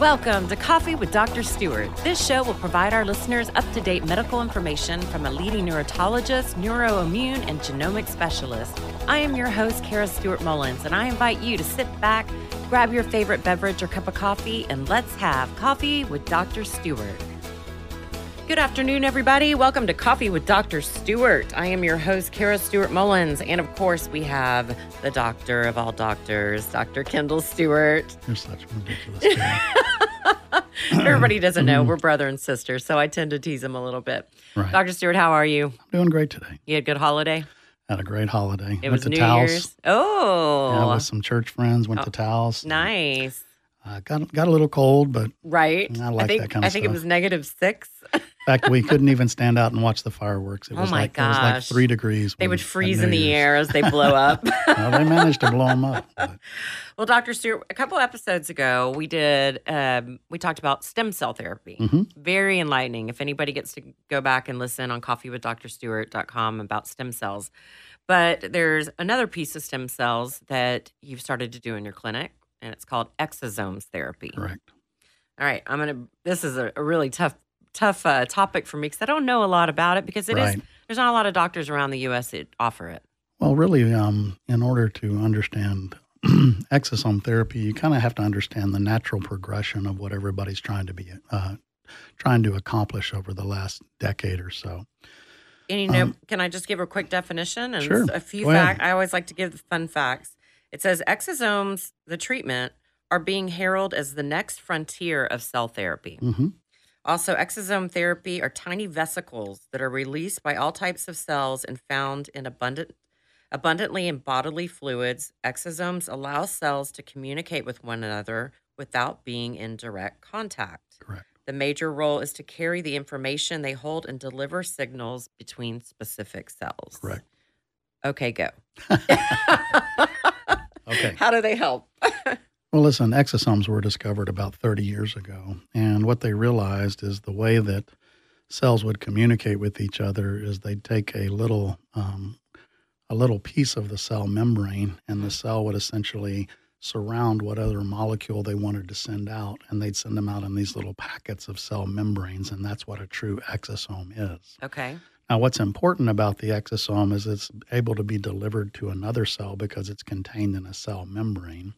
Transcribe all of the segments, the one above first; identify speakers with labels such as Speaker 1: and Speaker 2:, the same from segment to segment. Speaker 1: Welcome to Coffee with Dr. Stewart. This show will provide our listeners up to date medical information from a leading neurologist, neuroimmune, and genomic specialist. I am your host, Kara Stewart Mullins, and I invite you to sit back, grab your favorite beverage or cup of coffee, and let's have Coffee with Dr. Stewart. Good afternoon, everybody. Welcome to Coffee with Dr. Stewart. I am your host, Kara Stewart Mullins. And of course, we have the doctor of all doctors, Dr. Kendall Stewart.
Speaker 2: You're such a ridiculous guy.
Speaker 1: Everybody doesn't know we're brother and sister, so I tend to tease him a little bit.
Speaker 2: Mm-hmm. Right.
Speaker 1: Dr. Stewart, how are you?
Speaker 2: I'm doing great today.
Speaker 1: You had a good holiday?
Speaker 2: Had a great holiday.
Speaker 1: It
Speaker 2: went
Speaker 1: was
Speaker 2: to
Speaker 1: New
Speaker 2: Taos.
Speaker 1: Year's. Oh,
Speaker 2: Yeah, with some church friends. Went to Taos.
Speaker 1: nice.
Speaker 2: Uh, got got a little cold, but in
Speaker 1: Right?
Speaker 2: I like
Speaker 1: think,
Speaker 2: that kind of
Speaker 1: I think it
Speaker 2: stuff.
Speaker 1: was negative six.
Speaker 2: fact, we couldn't even stand out and watch the fireworks. It
Speaker 1: Oh
Speaker 2: was
Speaker 1: my
Speaker 2: like it was like
Speaker 1: gosh.
Speaker 2: three degrees.
Speaker 1: They
Speaker 2: when-
Speaker 1: would
Speaker 2: Mm, at
Speaker 1: freeze
Speaker 2: New
Speaker 1: in the
Speaker 2: Year's. Oh,
Speaker 1: air as they blow up.
Speaker 2: Well, they managed to blow them up. but
Speaker 1: Well, Dr. Stewart, a couple episodes ago, we did, um, we talked about stem cell therapy.
Speaker 2: Mhm.
Speaker 1: Very enlightening. If anybody gets to go back and listen on coffeewithdrstewart.com about stem cells. But there's another piece of stem cells that you've started to do in your clinic, and it's called exosomes therapy.
Speaker 2: correct.
Speaker 1: All right, I'm going to, this is a, a really tough, tough uh, topic for me because I don't know a lot about it because it is
Speaker 2: Right.
Speaker 1: there's not a lot of doctors around the U.S. that offer it.
Speaker 2: Well, really, um, in order to understand exosome therapy, you kind of have to understand the natural progression of what everybody's trying to be uh, trying to accomplish over the last decade or so.
Speaker 1: And you know,
Speaker 2: Um,
Speaker 1: can I just give a quick definition and
Speaker 2: Sure.
Speaker 1: a few
Speaker 2: Go ahead.
Speaker 1: facts? I always like to give the fun facts. It says exosomes, the treatment, are being heralded as the next frontier of cell therapy.
Speaker 2: hmm
Speaker 1: Also, exosome therapy are tiny vesicles that are released by all types of cells and found in abundant abundantly in bodily fluids. Exosomes allow cells to communicate with one another without being in direct contact.
Speaker 2: Correct.
Speaker 1: The major role is to carry the information they hold and deliver signals between specific cells.
Speaker 2: Correct.
Speaker 1: Okay, go.
Speaker 2: Okay.
Speaker 1: How do they help?
Speaker 2: Well, listen, exosomes were discovered about 30 years ago. And what they realized is the way that cells would communicate with each other is they'd take a little, um, a little piece of the cell membrane, and the cell would essentially surround what other molecule they wanted to send out. And they'd send them out in these little packets of cell membranes. And that's what a true exosome is.
Speaker 1: Okay.
Speaker 2: Now, what's important about the exosome is it's able to be delivered to another cell because it's contained in a cell membrane.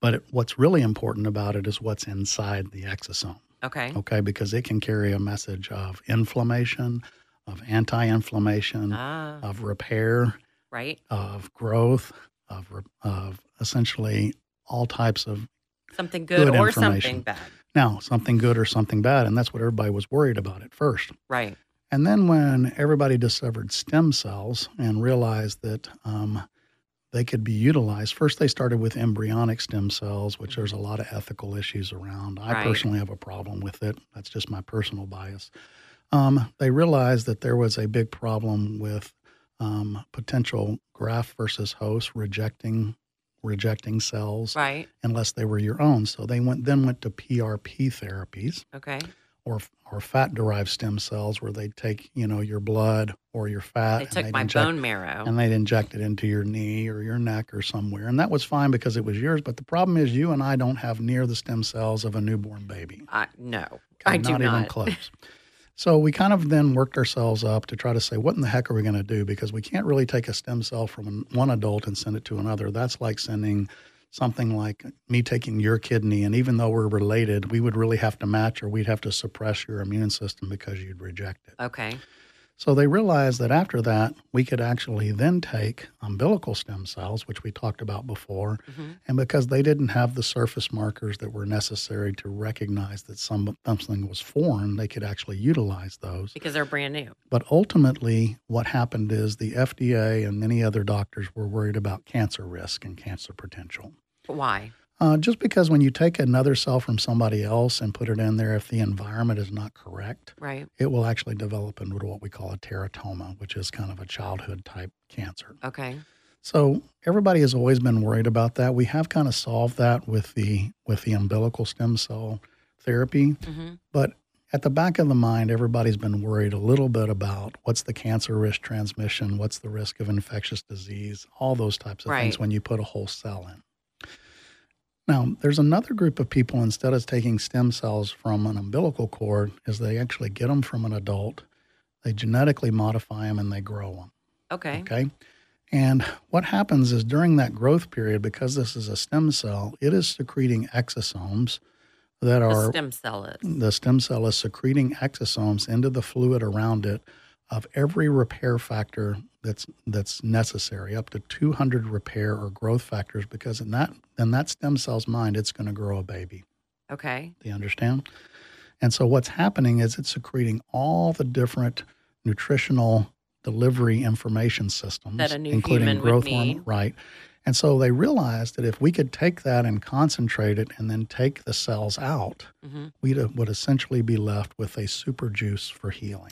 Speaker 2: But it, what's really important about it is what's inside the exosome,
Speaker 1: Okay.
Speaker 2: okay? Because it can carry a message of inflammation, of anti inflammation,
Speaker 1: Ah,
Speaker 2: of repair,
Speaker 1: right.
Speaker 2: of growth, of, re- of essentially all types of
Speaker 1: Something good,
Speaker 2: Good
Speaker 1: or
Speaker 2: information.
Speaker 1: something bad.
Speaker 2: now, something good or something bad. And that's what everybody was worried about at first.
Speaker 1: Right.
Speaker 2: And then when everybody discovered stem cells and realized that um, they could be utilized, first they started with embryonic stem cells, which there's a lot of ethical issues around. I
Speaker 1: Right.
Speaker 2: personally have a problem with it. That's just my personal bias. Um, they realized that there was a big problem with um, potential graft versus host rejecting rejecting cells
Speaker 1: Right.
Speaker 2: unless they were your own. So they went then went to PRP therapies
Speaker 1: Okay.
Speaker 2: or or fat derived stem cells where they take you know your blood or your fat
Speaker 1: They took
Speaker 2: they'd
Speaker 1: my
Speaker 2: inject,
Speaker 1: bone marrow.
Speaker 2: and they'd inject it into your knee or your neck or somewhere and that was fine because it was yours but the problem is you and I don't have near the stem cells of a newborn baby
Speaker 1: I, no, I do
Speaker 2: not even
Speaker 1: not.
Speaker 2: close so we kind of then worked ourselves up to try to say what in the heck are we going to do because we can't really take a stem cell from an- one adult and send it to another that's like sending something like me taking your kidney and even though we're related we would really have to match or we'd have to suppress your immune system because you'd reject it
Speaker 1: Okay.
Speaker 2: so they realized that after that we could actually then take umbilical stem cells which we talked about before
Speaker 1: Mhm.
Speaker 2: and because they didn't have the surface markers that were necessary to recognize that some, something was foreign they could actually utilize those
Speaker 1: Because they're brand new.
Speaker 2: but ultimately, what happened is the FDA and many other doctors were worried about cancer risk and cancer potential.
Speaker 1: Why?
Speaker 2: Uh, just because when you take another cell from somebody else and put it in there, if the environment is not correct,
Speaker 1: Right.
Speaker 2: it will actually develop into what we call a teratoma, which is kind of a childhood type cancer.
Speaker 1: Okay.
Speaker 2: So everybody has always been worried about that. We have kind of solved that with the with the umbilical stem cell therapy.
Speaker 1: hmm
Speaker 2: But at the back of the mind, everybody's been worried a little bit about what's the cancer risk transmission, what's the risk of infectious disease, all those types of
Speaker 1: Right.
Speaker 2: things when you put a whole cell in. Now, there's another group of people, instead of taking stem cells from an umbilical cord, is they actually get them from an adult. They genetically modify them and they grow them.
Speaker 1: Okay.
Speaker 2: Okay. And what happens is during that growth period, because this is a stem cell, it is secreting exosomes that
Speaker 1: The
Speaker 2: are
Speaker 1: stem cell is.
Speaker 2: the stem cell is secreting exosomes into the fluid around it of every repair factor that's that's necessary up to 200 repair or growth factors because in that in that stem cell's mind it's going to grow a baby
Speaker 1: Okay.
Speaker 2: do you understand and so what's happening is it's secreting all the different nutritional delivery information systems
Speaker 1: That a new
Speaker 2: including
Speaker 1: human would
Speaker 2: growth hormone
Speaker 1: need.
Speaker 2: right and so they realized that if we could take that and concentrate it and then take the cells out
Speaker 1: hmm
Speaker 2: we would essentially be left with a super juice for healing.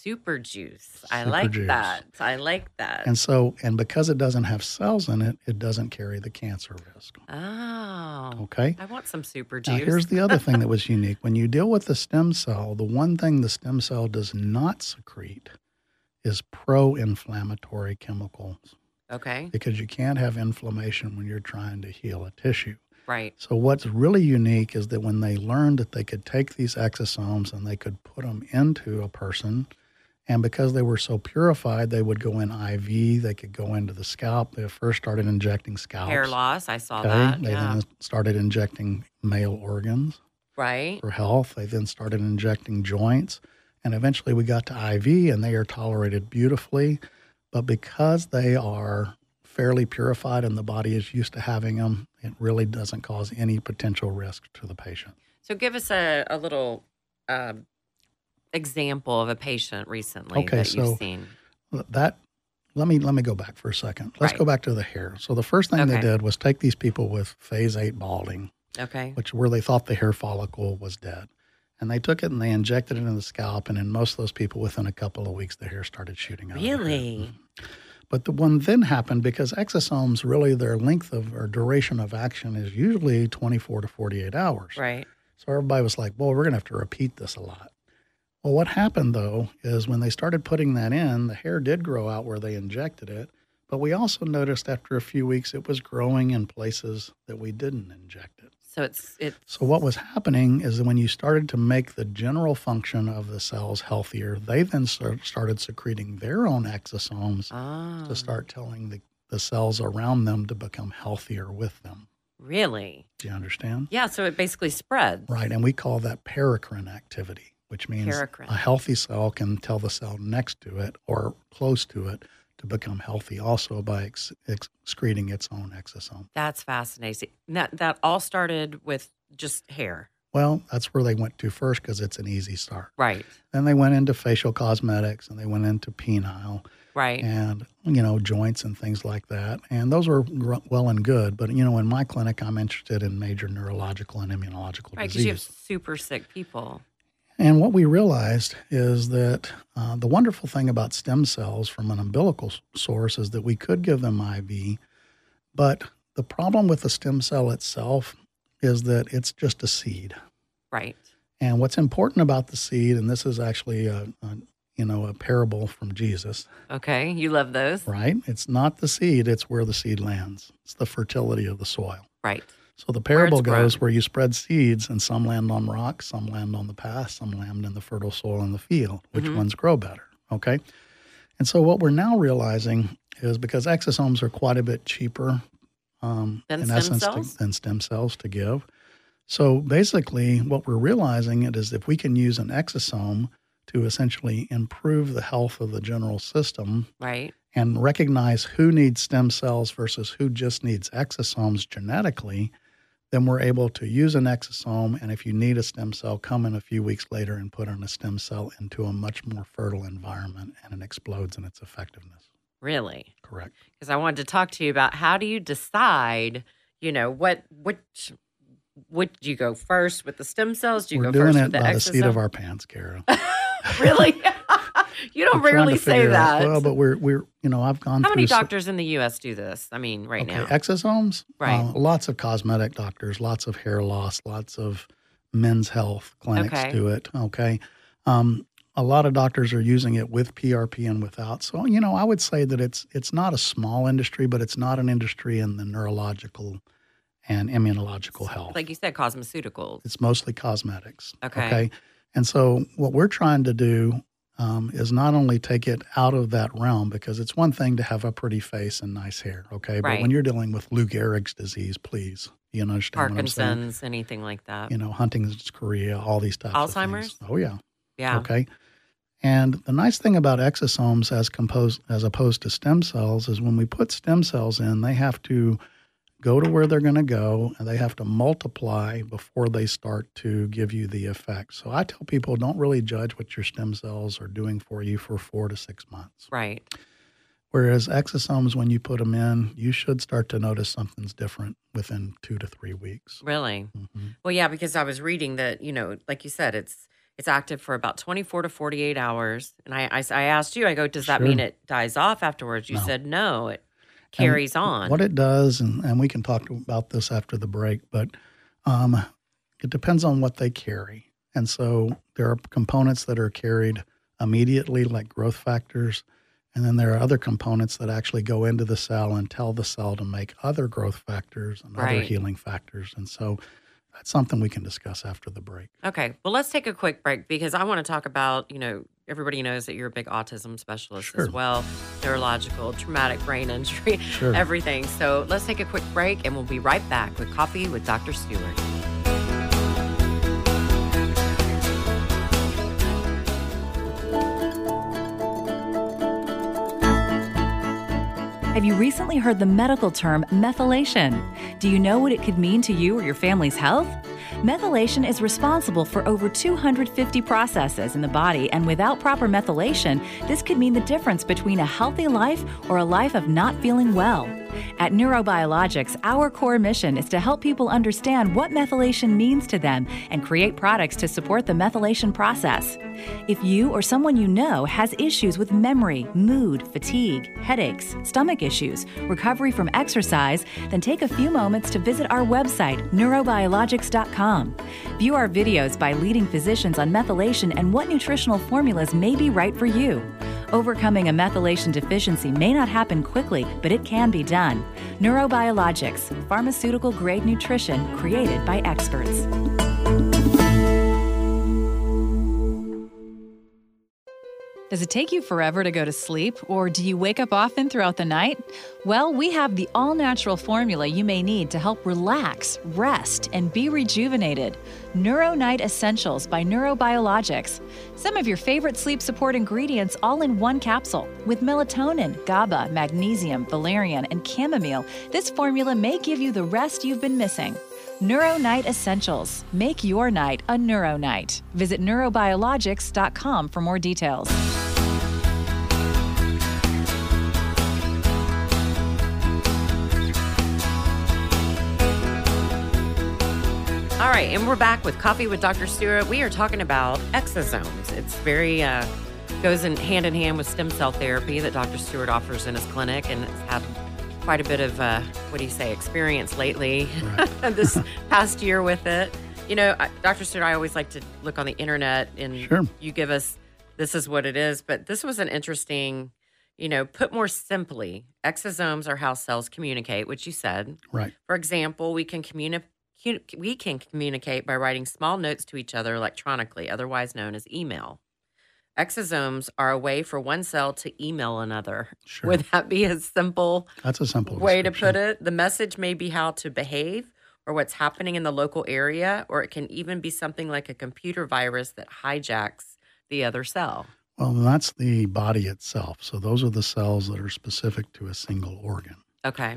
Speaker 1: Super juice. I
Speaker 2: Super
Speaker 1: like
Speaker 2: juice.
Speaker 1: that. I like that.
Speaker 2: And so, and because it doesn't have cells in it, it doesn't carry the cancer risk.
Speaker 1: oh.
Speaker 2: Okay.
Speaker 1: I want some super
Speaker 2: Now,
Speaker 1: juice.
Speaker 2: here's the other thing that was unique. When you deal with the stem cell, the one thing the stem cell does not secrete is pro inflammatory chemicals
Speaker 1: okay.
Speaker 2: because you can't have inflammation when you're trying to heal a tissue.
Speaker 1: Right.
Speaker 2: So, what's really unique is that when they learned that they could take these exosomes and they could put them into a person, and because they were so purified, they would go in IV, they could go into the scalp. They first started injecting scalps.
Speaker 1: Hair loss. I saw
Speaker 2: okay?
Speaker 1: that.
Speaker 2: They
Speaker 1: Yeah.
Speaker 2: then started injecting male organs
Speaker 1: right.
Speaker 2: for health. They then started injecting joints. And eventually we got to IV, and they are tolerated beautifully. But because they are fairly purified and the body is used to having them, it really doesn't cause any potential risk to the patient.
Speaker 1: So give us a, a little um, example of a patient recently
Speaker 2: Okay,
Speaker 1: that
Speaker 2: so-
Speaker 1: you've seen.
Speaker 2: That let me let me go back for a second. Let's
Speaker 1: Right.
Speaker 2: go back to the hair. So the first thing they
Speaker 1: Okay.
Speaker 2: did was take these people with phase eight balding,
Speaker 1: Okay.
Speaker 2: which where they thought the hair follicle was dead. And they took it and they injected it into the scalp, and in most of those people, within a couple of weeks, the hair started shooting out. of their head.
Speaker 1: Really?
Speaker 2: But the one then happened because exosomes really their length of or duration of action is usually 24 to 48 hours.
Speaker 1: Right.
Speaker 2: So everybody was like, well, we're going to have to repeat this a lot. Well, what happened though is when they started putting that in, the hair did grow out where they injected it. But we also noticed after a few weeks it was growing in places that we didn't inject it.
Speaker 1: So it's it.
Speaker 2: So what was happening is that when you started to make the general function of the cells healthier, they then start, started secreting their own exosomes
Speaker 1: Oh,
Speaker 2: to start telling the, the cells around them to become healthier with them.
Speaker 1: really?
Speaker 2: Do you understand?
Speaker 1: Yeah. So it basically spreads.
Speaker 2: Right. And we call that paracrine activity, which means
Speaker 1: Paracrine.
Speaker 2: a healthy cell can tell the cell next to it or close to it to become healthy also by ex- ex- excreting its own exosome.
Speaker 1: That's fascinating. That that all started with just hair.
Speaker 2: Well, that's where they went to first because it's an easy start.
Speaker 1: Right.
Speaker 2: Then they went into facial cosmetics and they went into penile.
Speaker 1: Right.
Speaker 2: and you know joints and things like that and those are gr- well and good but you know in my clinic i'm interested in major neurological and immunological
Speaker 1: right. Because you have
Speaker 2: disease
Speaker 1: super sick people.
Speaker 2: and what we realized is that uh, the wonderful thing about stem cells from an umbilical s- source is that we could give them iv but the problem with the stem cell itself is that it's just a seed
Speaker 1: Right.
Speaker 2: and what's important about the seed and this is actually a, a you know a parable from jesus
Speaker 1: Okay. You love those.
Speaker 2: right? It's not the seed, it's where the seed lands. It's the fertility of the soil.
Speaker 1: Right.
Speaker 2: So the
Speaker 1: Where it's
Speaker 2: parable goes
Speaker 1: grown.
Speaker 2: where you spread seeds and some land on rocks, some land on the path, some land in the fertile soil in the field. Which
Speaker 1: Mhm.
Speaker 2: ones grow better? Okay. And so what we're now realizing is because exosomes are quite a bit cheaper um,
Speaker 1: Than
Speaker 2: in
Speaker 1: stem
Speaker 2: essence to-
Speaker 1: cells?
Speaker 2: than stem cells to give. So basically, what we're realizing it is if we can use an exosome to essentially improve the health of the general system,
Speaker 1: Right.
Speaker 2: and recognize who needs stem cells versus who just needs exosomes genetically, then we're able to use an exosome. And if you need a stem cell, come in a few weeks later and put in a stem cell into a much more fertile environment and it explodes in its effectiveness.
Speaker 1: Really.
Speaker 2: Correct.
Speaker 1: Because I wanted to talk to you about how do you decide. You know what? Which would you go first with the stem cells? Do you
Speaker 2: we're
Speaker 1: go
Speaker 2: doing
Speaker 1: first
Speaker 2: it
Speaker 1: with the
Speaker 2: by the seat of
Speaker 1: exosome?
Speaker 2: our pants, Kara.
Speaker 1: really? you don't
Speaker 2: We're trying to
Speaker 1: rarely say
Speaker 2: figure out-
Speaker 1: that.
Speaker 2: Well, but we're, we're, you know, I've gone
Speaker 1: How
Speaker 2: through.
Speaker 1: many
Speaker 2: s-
Speaker 1: doctors in the U.S. do this? I mean, right now.
Speaker 2: Exosomes?
Speaker 1: Right.
Speaker 2: Uh, lots of cosmetic doctors, lots of hair loss, lots of men's health clinics
Speaker 1: Okay.
Speaker 2: do it. Okay. Um, a lot of doctors are using it with PRP and without. So, you know, I would say that it's it's not a small industry, but it's not an industry in the neurological and immunological health.
Speaker 1: Like you said, cosmeceuticals.
Speaker 2: It's mostly cosmetics.
Speaker 1: Okay.
Speaker 2: And so, what we're trying to do um, is not only take it out of that realm, because it's one thing to have a pretty face and nice hair, okay? But
Speaker 1: Right.
Speaker 2: when you're dealing with Lou Gehrig's disease, please, you understand what I'm saying?
Speaker 1: Parkinson's, anything like that.
Speaker 2: You know, Huntington's, Korea, all these types of things.
Speaker 1: Alzheimer's?
Speaker 2: Oh, yeah.
Speaker 1: yeah.
Speaker 2: Okay. And the nice thing about exosomes as composed as opposed to stem cells is when we put stem cells in, they have to go to where they're going to go and they have to multiply before they start to give you the effect. So I tell people don't really judge what your stem cells are doing for you for 4 to 6 months.
Speaker 1: Right.
Speaker 2: Whereas exosomes when you put them in, you should start to notice something's different within 2 to 3 weeks.
Speaker 1: Really.
Speaker 2: Mhm.
Speaker 1: Well, yeah, because I was reading that you know, like you said, it's it's active for about twenty four to forty eight hours. And I, I s- I asked you, I go, does that
Speaker 2: Sure.
Speaker 1: mean it dies off afterwards? You
Speaker 2: No.
Speaker 1: said no, it carries on.
Speaker 2: What it does, and, and we can talk about this after the break, but um, it depends on what they carry. And so there are components that are carried immediately, like growth factors. And then there are other components that actually go into the cell and tell the cell to make other growth factors and other
Speaker 1: Right.
Speaker 2: healing factors. And so that's something we can discuss after the break.
Speaker 1: Okay. Well, let's take a quick break because I want to talk about, you know, everybody knows that you're a big autism specialist as
Speaker 2: Sure.
Speaker 1: well, neurological, traumatic brain injury,
Speaker 2: Sure.
Speaker 1: everything. So let's take a quick break and we'll be right back with Coffee with Dr. Stewart.
Speaker 3: Have you recently heard the medical term methylation? Do you know what it could mean to you or your family's health? Methylation is responsible for over 250 processes in the body, and without proper methylation, this could mean the difference between a healthy life or a life of not feeling well. At Neurobiologics, our core mission is to help people understand what methylation means to them and create products to support the methylation process. If you or someone you know has issues with memory, mood, fatigue, headaches, stomach issues, recovery from exercise, then take a few moments to visit our website, neurobiologics.com. View our videos by leading physicians on methylation and what nutritional formulas may be right for you. Overcoming a methylation deficiency may not happen quickly, but it can be done. Neurobiologics, pharmaceutical grade nutrition created by experts. Does it take you forever to go to sleep, or do you wake up often throughout the night? Well, we have the all natural formula you may need to help relax, rest, and be rejuvenated NeuroNight Essentials by Neurobiologics. Some of your favorite sleep support ingredients all in one capsule. With melatonin, GABA, magnesium, valerian, and chamomile, this formula may give you the rest you've been missing. NeuroNight Essentials. Make your night a neuro night. Visit neurobiologics.com for more details.
Speaker 1: All right. And we're back with Coffee with Dr. Stewart. We are talking about exosomes. It's very, uh, goes in hand in hand with stem cell therapy that Dr. Stewart offers in his clinic and it's had quite a bit of, uh, what do you say, experience lately.
Speaker 2: Right.
Speaker 1: this past year with it. You know, I, Dr. Stewart, I always like to look on the internet and
Speaker 2: Sure.
Speaker 1: you give us this is what it is, but this was an interesting, you know, put more simply, exosomes are how cells communicate, which you said.
Speaker 2: Right.
Speaker 1: For example, we can communicate we can communicate by writing small notes to each other electronically, otherwise known as email. Exosomes are a way for one cell to email another.
Speaker 2: Sure.
Speaker 1: Would that be as simple
Speaker 2: That's a simple
Speaker 1: way to put
Speaker 2: description.
Speaker 1: it. The message may be how to behave or what's happening in the local area, or it can even be something like a computer virus that hijacks the other cell.
Speaker 2: Well, that's the body itself. So those are the cells that are specific to a single organ.
Speaker 1: Okay.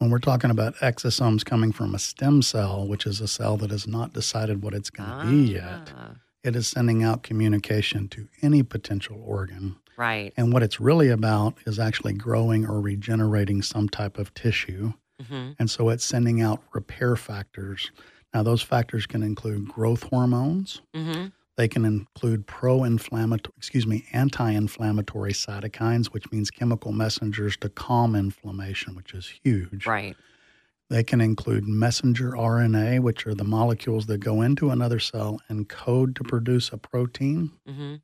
Speaker 2: when we're talking about exosomes coming from a stem cell, which is a cell that has not decided what it's going to be yet,
Speaker 1: Ah,
Speaker 2: it is sending out communication to any potential organ.
Speaker 1: Right.
Speaker 2: And what it's really about is actually growing or regenerating some type of tissue.
Speaker 1: hmm
Speaker 2: And so it's sending out repair factors. Now, those factors can include growth hormones.
Speaker 1: hmm
Speaker 2: They can include pro-inflammatory, excuse me, anti-inflammatory cytokines, which means chemical messengers to calm inflammation, which is huge.
Speaker 1: Right.
Speaker 2: They can include messenger RNA, which are the molecules that go into another cell and code to produce a protein,
Speaker 1: hmm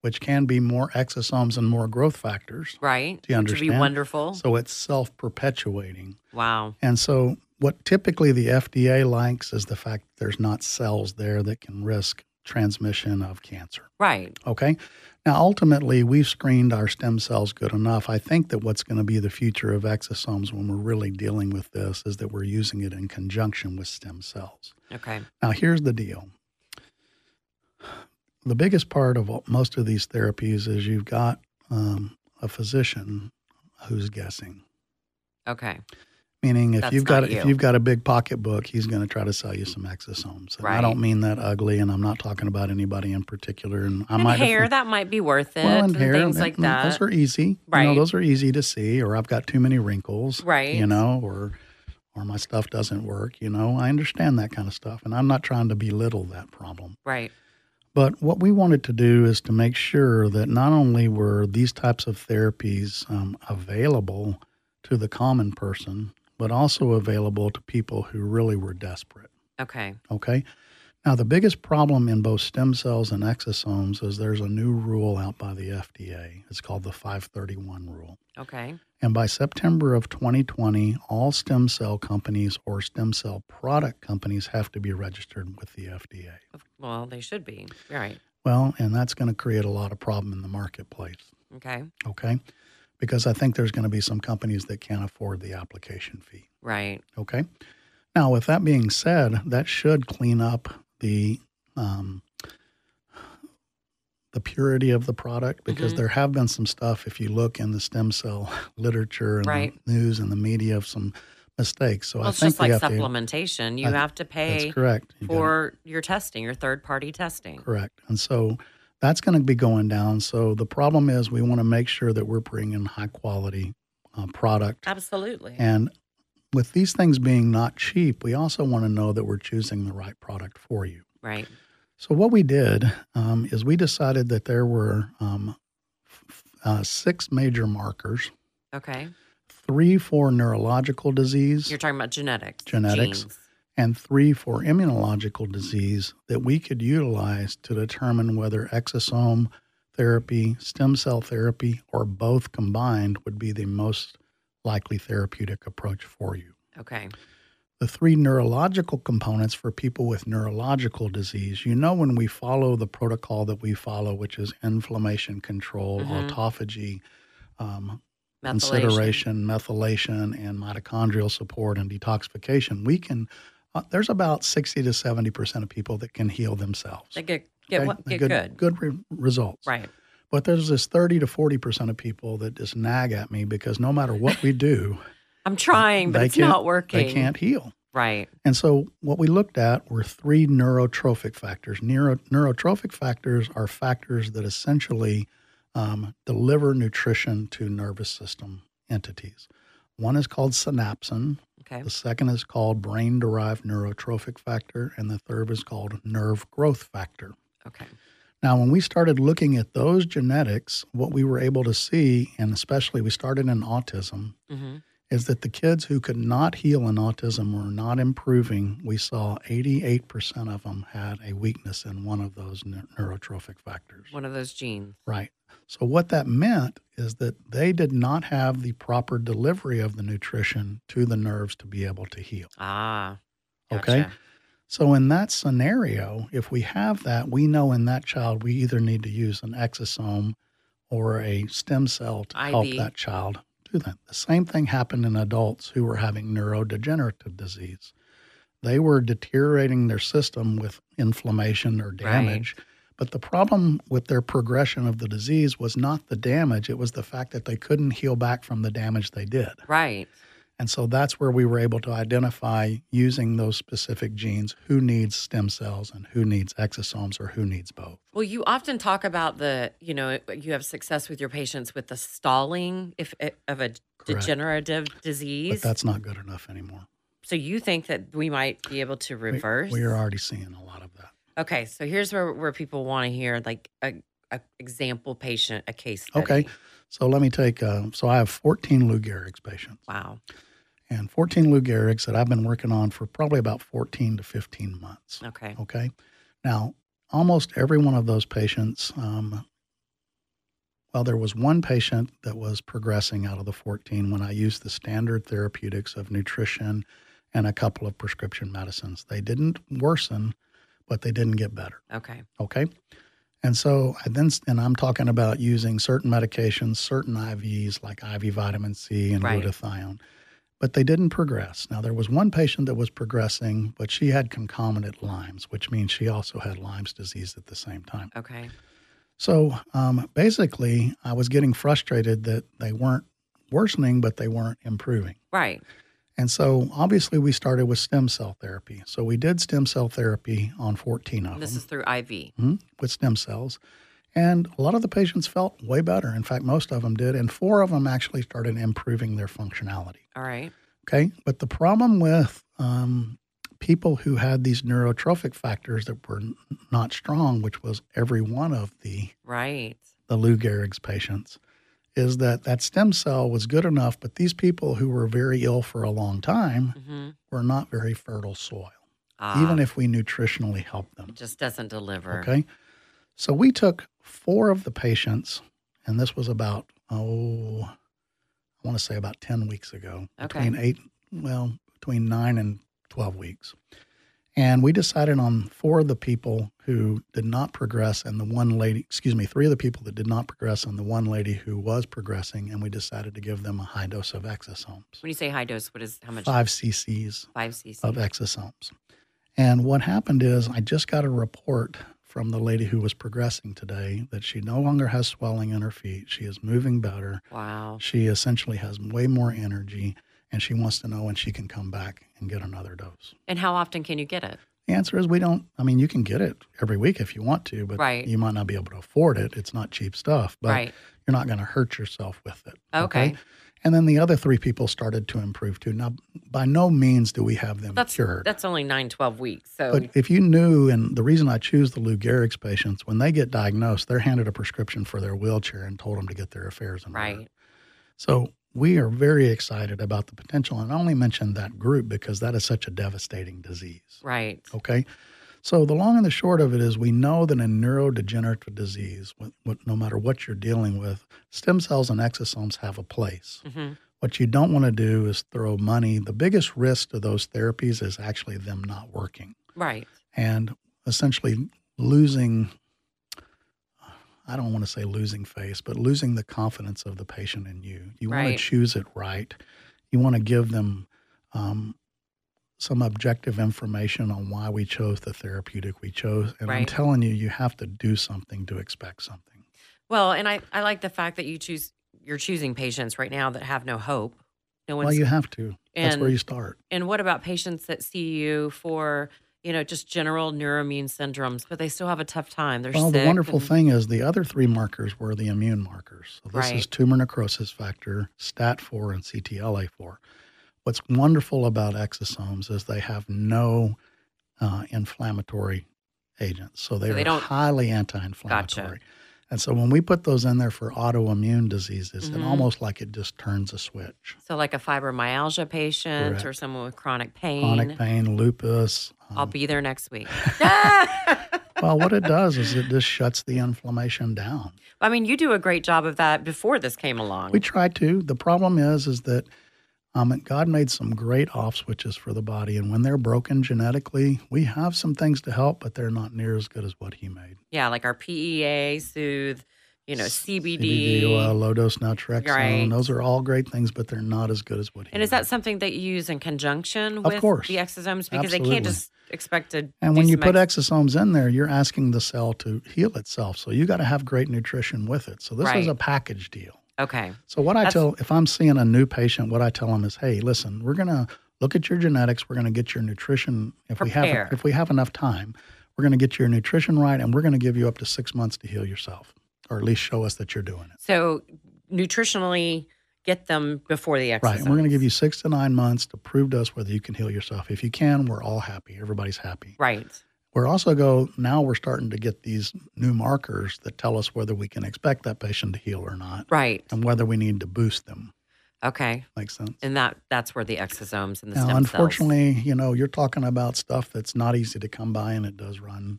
Speaker 2: which can be more exosomes and more growth factors.
Speaker 1: Right.
Speaker 2: Do you
Speaker 1: Which would be
Speaker 2: understand?
Speaker 1: wonderful.
Speaker 2: So it's self perpetuating.
Speaker 1: wow.
Speaker 2: And so What typically the FDA likes is the fact that there's not cells there that can risk transmission of cancer.
Speaker 1: Right.
Speaker 2: Okay. Now, ultimately, we've screened our stem cells good enough. I think that what's going to be the future of exosomes when we're really dealing with this is that we're using it in conjunction with stem cells.
Speaker 1: Okay.
Speaker 2: Now, here's the deal the biggest part of most of these therapies is you've got um, a physician who's guessing.
Speaker 1: Okay.
Speaker 2: Meaning, if
Speaker 1: That's
Speaker 2: you've got
Speaker 1: not
Speaker 2: if
Speaker 1: you.
Speaker 2: you've got a big pocketbook, he's going to try to sell you some exosomes. And I
Speaker 1: Right.
Speaker 2: don't mean that ugly, and I'm not talking about anybody in particular. And I
Speaker 1: and
Speaker 2: might
Speaker 1: hair,
Speaker 2: have,
Speaker 1: that might be worth it.
Speaker 2: well,
Speaker 1: and
Speaker 2: and hair,
Speaker 1: things
Speaker 2: and-
Speaker 1: like
Speaker 2: and
Speaker 1: that.
Speaker 2: Those are easy, You know,
Speaker 1: Right.
Speaker 2: those are easy to see. Or I've got too many wrinkles,
Speaker 1: Right.
Speaker 2: You know, or or my stuff doesn't work. You know, I understand that kind of stuff, and I'm not trying to belittle that problem.
Speaker 1: right.
Speaker 2: But what we wanted to do is to make sure that not only were these types of therapies um, available to the common person, but also available to people who really were desperate.
Speaker 1: Okay.
Speaker 2: Okay. Now, the biggest problem in both stem cells and exosomes is there's a new rule out by the FDA. It's called the 531 rule.
Speaker 1: Okay.
Speaker 2: And by September of 2020, all stem cell companies or stem cell product companies have to be registered with the FDA.
Speaker 1: Well, they should be. Right.
Speaker 2: Well, and that's going to create a lot of problem in the marketplace,
Speaker 1: Okay.
Speaker 2: okay? Because I think there's going to be some companies that can't afford the application fee,
Speaker 1: Right.
Speaker 2: okay? Now, with that being said, that should clean up the um, the purity of the product because
Speaker 1: Mhm.
Speaker 2: there have been some stuff. If you look in the stem cell literature and
Speaker 1: Right.
Speaker 2: the news and the media, of some mistakes. So
Speaker 1: Well,
Speaker 2: I
Speaker 1: it's
Speaker 2: think
Speaker 1: just like
Speaker 2: we have to.
Speaker 1: supplementation. You
Speaker 2: I-
Speaker 1: have to pay
Speaker 2: That's correct. You got it.
Speaker 1: for your testing, your third party testing.
Speaker 2: Correct. And so that's going to be going down. So the problem is we want to make sure that we're bringing high quality uh, product.
Speaker 1: Absolutely.
Speaker 2: And with these things being not cheap, we also want to know that we're choosing the right product for you.
Speaker 1: right.
Speaker 2: So what we did um, is we decided that there were um, f- uh, six major markers,
Speaker 1: Okay.
Speaker 2: three for neurological disease
Speaker 1: You're talking about genetics.
Speaker 2: Genetics.
Speaker 1: genes.
Speaker 2: and three for immunological disease that we could utilize to determine whether exosome therapy, stem cell therapy, or both combined would be the most likely therapeutic approach for you.
Speaker 1: Okay.
Speaker 2: The three neurological components for people with neurological disease, you know, when we follow the protocol that we follow, which is inflammation control,
Speaker 1: Mhm.
Speaker 2: autophagy, um,
Speaker 1: Methylation.
Speaker 2: consideration, methylation, and mitochondrial support and detoxification, we can. Uh, there's about sixty to seventy percent of people that can heal themselves.
Speaker 1: They get, get,
Speaker 2: okay?
Speaker 1: what, get
Speaker 2: good,
Speaker 1: good,
Speaker 2: good re- results.
Speaker 1: Right.
Speaker 2: But there's this thirty to forty percent of people that just nag at me because no matter what we do,
Speaker 1: I'm trying, but
Speaker 2: They
Speaker 1: it's not
Speaker 2: can't-
Speaker 1: working.
Speaker 2: they can't heal.
Speaker 1: Right.
Speaker 2: And so what we looked at were three neurotrophic factors. Neuro, neurotrophic factors are factors that essentially um, deliver nutrition to nervous system entities. One is called synapsin,
Speaker 1: Okay.
Speaker 2: the second is called brain derived neurotrophic factor, and the third is called nerve growth factor.
Speaker 1: Okay.
Speaker 2: Now, when we started looking at those genetics, what we were able to see, and especially we started in autism,
Speaker 1: hmm
Speaker 2: is that the kids who could not heal in autism were not improving. We saw 88% of them had a weakness in one of those neu- neurotrophic factors.
Speaker 1: One of those genes.
Speaker 2: Right. So, what that meant is that they did not have the proper delivery of the nutrition to the nerves to be able to heal.
Speaker 1: Ah.
Speaker 2: Okay.
Speaker 1: gotcha.
Speaker 2: So, in that scenario, if we have that, we know in that child we either need to use an exosome or a stem cell to help
Speaker 1: IV.
Speaker 2: that child do that. The same thing happened in adults who were having neurodegenerative disease. They were deteriorating their system with inflammation or damage. But the problem with their progression of the disease was not the damage, it was the fact that they couldn't heal back from the damage they did.
Speaker 1: Right.
Speaker 2: And so that's where we were able to identify using those specific genes who needs stem cells and who needs exosomes or who needs both.
Speaker 1: Well, you often talk about the, you know, you have success with your patients with the stalling if eh, of a degenerative
Speaker 2: But
Speaker 1: disease.
Speaker 2: that's not good enough anymore.
Speaker 1: So you think that we might be able to
Speaker 2: We-
Speaker 1: reverse?
Speaker 2: We, are already seeing a lot of that.
Speaker 1: Okay, so here's where where people want to hear like a, a example patient, a case study.
Speaker 2: Okay. So let me take, uh, so I have 14 Lou Gehrig's patients
Speaker 1: Wow.
Speaker 2: and 14 Lou Gehrig's that I've been working on for probably about 14 to 15 months.
Speaker 1: Okay.
Speaker 2: Okay. Now, almost every one of those patients, um, well, there was one patient that was progressing out of the 14 when I used the standard therapeutics of nutrition and a couple of prescription medicines. They didn't worsen, but they didn't get better.
Speaker 1: Okay.
Speaker 2: Okay. And so I then, and I'm talking about using certain medications, certain IVs like IV vitamin C and
Speaker 1: Right.
Speaker 2: glutathione, but they didn't progress. Now, there was one patient that was progressing, but she had concomitant Lyme's, which means she also had Lyme's disease at the same time.
Speaker 1: Okay.
Speaker 2: So um, basically, I was getting frustrated that they weren't worsening, but they weren't improving.
Speaker 1: Right.
Speaker 2: And so obviously, we started with stem cell therapy. So we did stem cell therapy on 14 of
Speaker 1: This
Speaker 2: them
Speaker 1: is through IV.
Speaker 2: mhm, with stem cells. And a lot of the patients felt way better. In fact, most of them did. And four of them actually started improving their functionality.
Speaker 1: All right.
Speaker 2: Okay. But the problem with um, people who had these neurotrophic factors that were n- not strong, which was every one of the,
Speaker 1: Right.
Speaker 2: the Lou Gehrig's patients, is that that stem cell was good enough, but these people who were very ill for a long time
Speaker 1: Mm-hmm.
Speaker 2: were not very fertile soil,
Speaker 1: Ah.
Speaker 2: even if we nutritionally helped them.
Speaker 1: it just doesn't deliver.
Speaker 2: Okay. So we took four of the patients, and this was about, oh, I want to say about 10 weeks ago,
Speaker 1: Okay.
Speaker 2: between eight, well, between nine and 12 weeks. And we decided on four of the people who did not progress, and the one lady, excuse me, three of the people that did not progress, and the one lady who was progressing, and we decided to give them a high dose of exosomes,
Speaker 1: When you say high dose, what is how much?
Speaker 2: five cc's
Speaker 1: Five cc.
Speaker 2: of exosomes. And what happened is I just got a report from the lady who was progressing today that she no longer has swelling in her feet. She is moving better.
Speaker 1: Wow.
Speaker 2: She essentially has way more energy and she wants to know when she can come back and get another dose.
Speaker 1: And how often can you get it?
Speaker 2: The answer is we don't I mean you can get it every week if you want to, but
Speaker 1: Right.
Speaker 2: you might not be able to afford it. It's not cheap stuff, but
Speaker 1: right.
Speaker 2: you're not going to hurt yourself with it.
Speaker 1: Okay.
Speaker 2: And then the other three people started to improve too. Now by no means do we have them
Speaker 1: That's
Speaker 2: cured.
Speaker 1: that's only nine, 12 weeks. So
Speaker 2: But if you knew, and the reason I choose the Lou Gehrig's patients, when they get diagnosed, they're handed a prescription for their wheelchair and told them to get their affairs in order.
Speaker 1: right.
Speaker 2: So we are very excited about the potential. And I only mentioned that group because that is such a devastating disease.
Speaker 1: Right.
Speaker 2: Okay. So the long and the short of it is we know that in neurodegenerative disease, what, what, no matter what you're dealing with, stem cells and exosomes have a place.
Speaker 1: hmm
Speaker 2: What you don't want to do is throw money. The biggest risk to those therapies is actually them not working
Speaker 1: Right.
Speaker 2: and essentially losing I don't want to say losing face, but losing the confidence of the patient in you. You want
Speaker 1: Right.
Speaker 2: to choose it right. You want to give them um, some objective information on why we chose the therapeutic we chose. And I'm
Speaker 1: Right.
Speaker 2: telling you, you have to do something to expect something.
Speaker 1: Well, and I, I like the fact that you choose you're choosing patients right now that have no hope. No one's
Speaker 2: well, you have to. That's where
Speaker 1: and-
Speaker 2: you start.
Speaker 1: and what about patients that see you for, you know, just general neuroimmune syndromes, but they still have a tough time. They're
Speaker 2: Well,
Speaker 1: sick
Speaker 2: the wonderful
Speaker 1: and-
Speaker 2: thing is the other three markers were the immune markers. So this is
Speaker 1: Right.
Speaker 2: tumor necrosis factor, STAT4, and CTLA4. What's wonderful about exosomes is they have no uh, inflammatory agents, so they,
Speaker 1: So they
Speaker 2: are
Speaker 1: don't-
Speaker 2: highly anti-inflammatory. And so when we put those in there for autoimmune diseases, it
Speaker 1: Mhm.
Speaker 2: almost like it just turns a switch.
Speaker 1: So like a fibromyalgia patient or
Speaker 2: Correct.
Speaker 1: someone with chronic pain.
Speaker 2: Chronic pain, lupus.
Speaker 1: I'll
Speaker 2: um,
Speaker 1: be there next week.
Speaker 2: well, what it does is it just shuts the inflammation down.
Speaker 1: I mean, you do a great job of that before this came along.
Speaker 2: We try to. The problem is, is that um, God made some great off switches for the body, and when they're broken genetically, we have some things to help, but they're not near as good as what He made.
Speaker 1: yeah, like our PEA, Soothe, you know,
Speaker 2: S-
Speaker 1: CBD.
Speaker 2: CBD oil, low dose naltrexone.
Speaker 1: Right.
Speaker 2: Those are all great things, but they're not as good as what He.
Speaker 1: and is
Speaker 2: made.
Speaker 1: that something that you use in conjunction
Speaker 2: Of
Speaker 1: with
Speaker 2: course.
Speaker 1: the exosomes? Because they
Speaker 2: Absolutely.
Speaker 1: can't just expect to.
Speaker 2: And
Speaker 1: do
Speaker 2: when you
Speaker 1: some
Speaker 2: put
Speaker 1: ex-
Speaker 2: exosomes in there, you're asking the cell to heal itself. So you got to have great nutrition with it. So this is
Speaker 1: Right.
Speaker 2: a package deal.
Speaker 1: okay,
Speaker 2: So what I
Speaker 1: That's-
Speaker 2: tell if I'm seeing a new patient, what I tell them is, hey, listen, we're gonna look at your genetics, we're gonna get your nutrition if we
Speaker 1: Prepare.
Speaker 2: have if we have enough time, we're gonna get your nutrition right and we're gonna give you up to six months to heal yourself. Or at least show us that you're doing it.
Speaker 1: so nutritionally get them before the exosomes.
Speaker 2: Right. And we're gonna give you six to nine months to prove to us whether you can heal yourself. If you can, we're all happy. Everybody's happy.
Speaker 1: right.
Speaker 2: We're also go now we're starting to get these new markers that tell us whether we can expect that patient to heal or not
Speaker 1: Right.
Speaker 2: and whether we need to boost them.
Speaker 1: Okay.
Speaker 2: Makes sense.
Speaker 1: And that that's where the exosomes and the
Speaker 2: Now,
Speaker 1: stem cells.
Speaker 2: unfortunately, you know, you're talking about stuff that's not easy to come by, and it does run,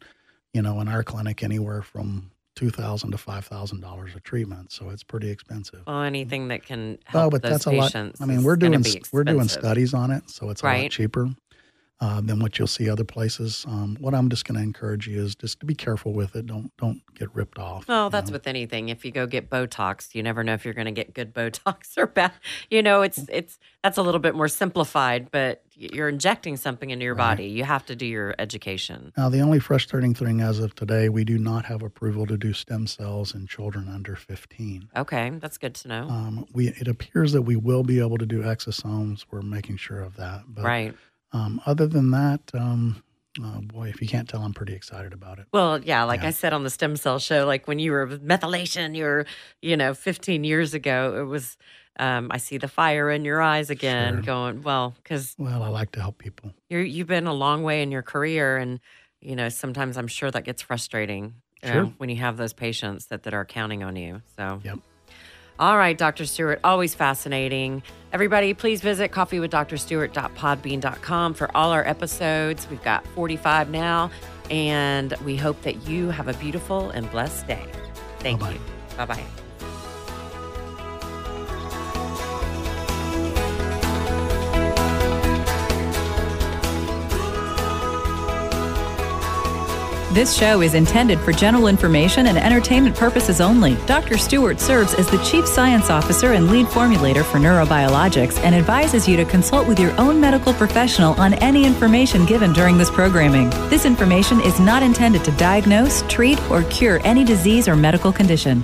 Speaker 2: you know, in our clinic anywhere from $2,000 to $5,000 a treatment. So it's pretty expensive.
Speaker 1: Well, anything that can help
Speaker 2: oh, but
Speaker 1: those
Speaker 2: that's a lot.
Speaker 1: patients.
Speaker 2: I mean,
Speaker 1: is
Speaker 2: we're
Speaker 1: gonna
Speaker 2: doing
Speaker 1: be
Speaker 2: we're doing
Speaker 1: expensive.
Speaker 2: studies on it, so it's a
Speaker 1: Right.
Speaker 2: lot cheaper uh, than what you'll see other places. Um, what I'm just going to encourage you is just to be careful with it. Don't don't get ripped off.
Speaker 1: Well,
Speaker 2: you
Speaker 1: Oh, that's
Speaker 2: know.
Speaker 1: with anything. If you go get Botox, you never know if you're going to get good Botox or bad. You know, it's
Speaker 2: Mm.
Speaker 1: it's that's a little bit more simplified, but y- you're injecting something into your
Speaker 2: Right.
Speaker 1: body. You have to do your education.
Speaker 2: Now, the only frustrating thing as of today, we do not have approval to do stem cells in children under 15.
Speaker 1: Okay, that's good to know.
Speaker 2: Um, we it appears that we will be able to do exosomes. We're making sure of that. But
Speaker 1: right.
Speaker 2: um, other than that, um, oh boy, if you can't tell, I'm pretty excited about it.
Speaker 1: Well, yeah, like
Speaker 2: Yeah.
Speaker 1: I said on the stem cell show, like when you were with methylation, you were, you know, 15 years ago, it was, um, I see the fire in your eyes again
Speaker 2: Sure.
Speaker 1: going, well, because
Speaker 2: Well, I like to help people.
Speaker 1: you've been a long way in your career. And, you know, sometimes I'm sure that gets frustrating you
Speaker 2: Sure.
Speaker 1: know, when you have those patients that, that are counting on you. So,
Speaker 2: Yep.
Speaker 1: all right, Dr. Stewart, always fascinating. Everybody, please visit coffeewithdrstewart.podbean.com for all our episodes. We've got 45 now, and we hope that you have a beautiful and blessed day. Thank
Speaker 2: Bye-bye.
Speaker 1: you. Bye bye.
Speaker 3: This show is intended for general information and entertainment purposes only. Dr. Stewart serves as the Chief Science Officer and lead formulator for neurobiologics and advises you to consult with your own medical professional on any information given during this programming. This information is not intended to diagnose, treat, or cure any disease or medical condition.